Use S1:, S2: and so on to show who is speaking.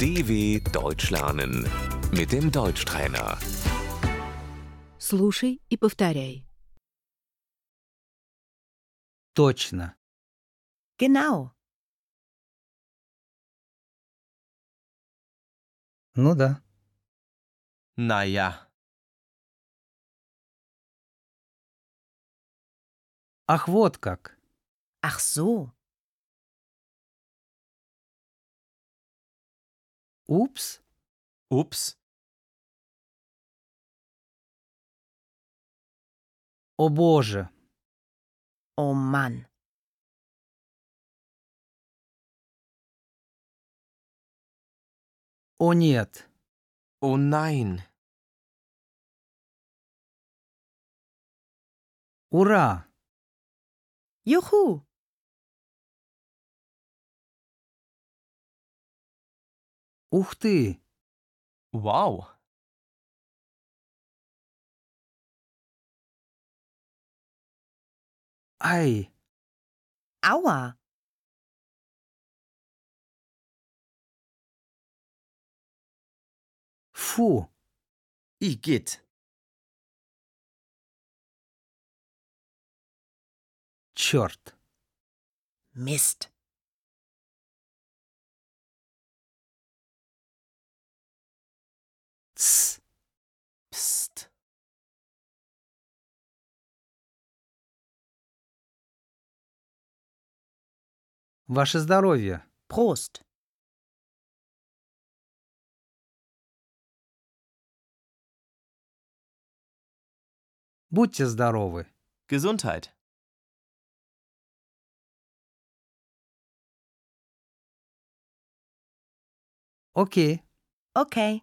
S1: DW Deutsch lernen mit dem Deutschtrainer.
S2: Слушай и повторяй.
S3: Точно.
S2: Genau.
S3: Ну да.
S4: Naja,
S3: Ах, вот как.
S2: Ach so.
S3: Упс.
S4: ups,
S3: О боже.
S2: Oh Mann.
S3: О нет.
S4: oh nein,
S3: Ура.
S2: Juhu.
S3: Ух ты.
S4: wow,
S3: Ай.
S2: Aua.
S3: Фу.
S4: igitt,
S3: Черт.
S2: Mist.
S3: Тс.
S4: pst,
S3: Ваше здоровье.
S2: Prost.
S3: Будьте здоровы.
S4: Gesundheit,
S3: Окей.
S2: Okay.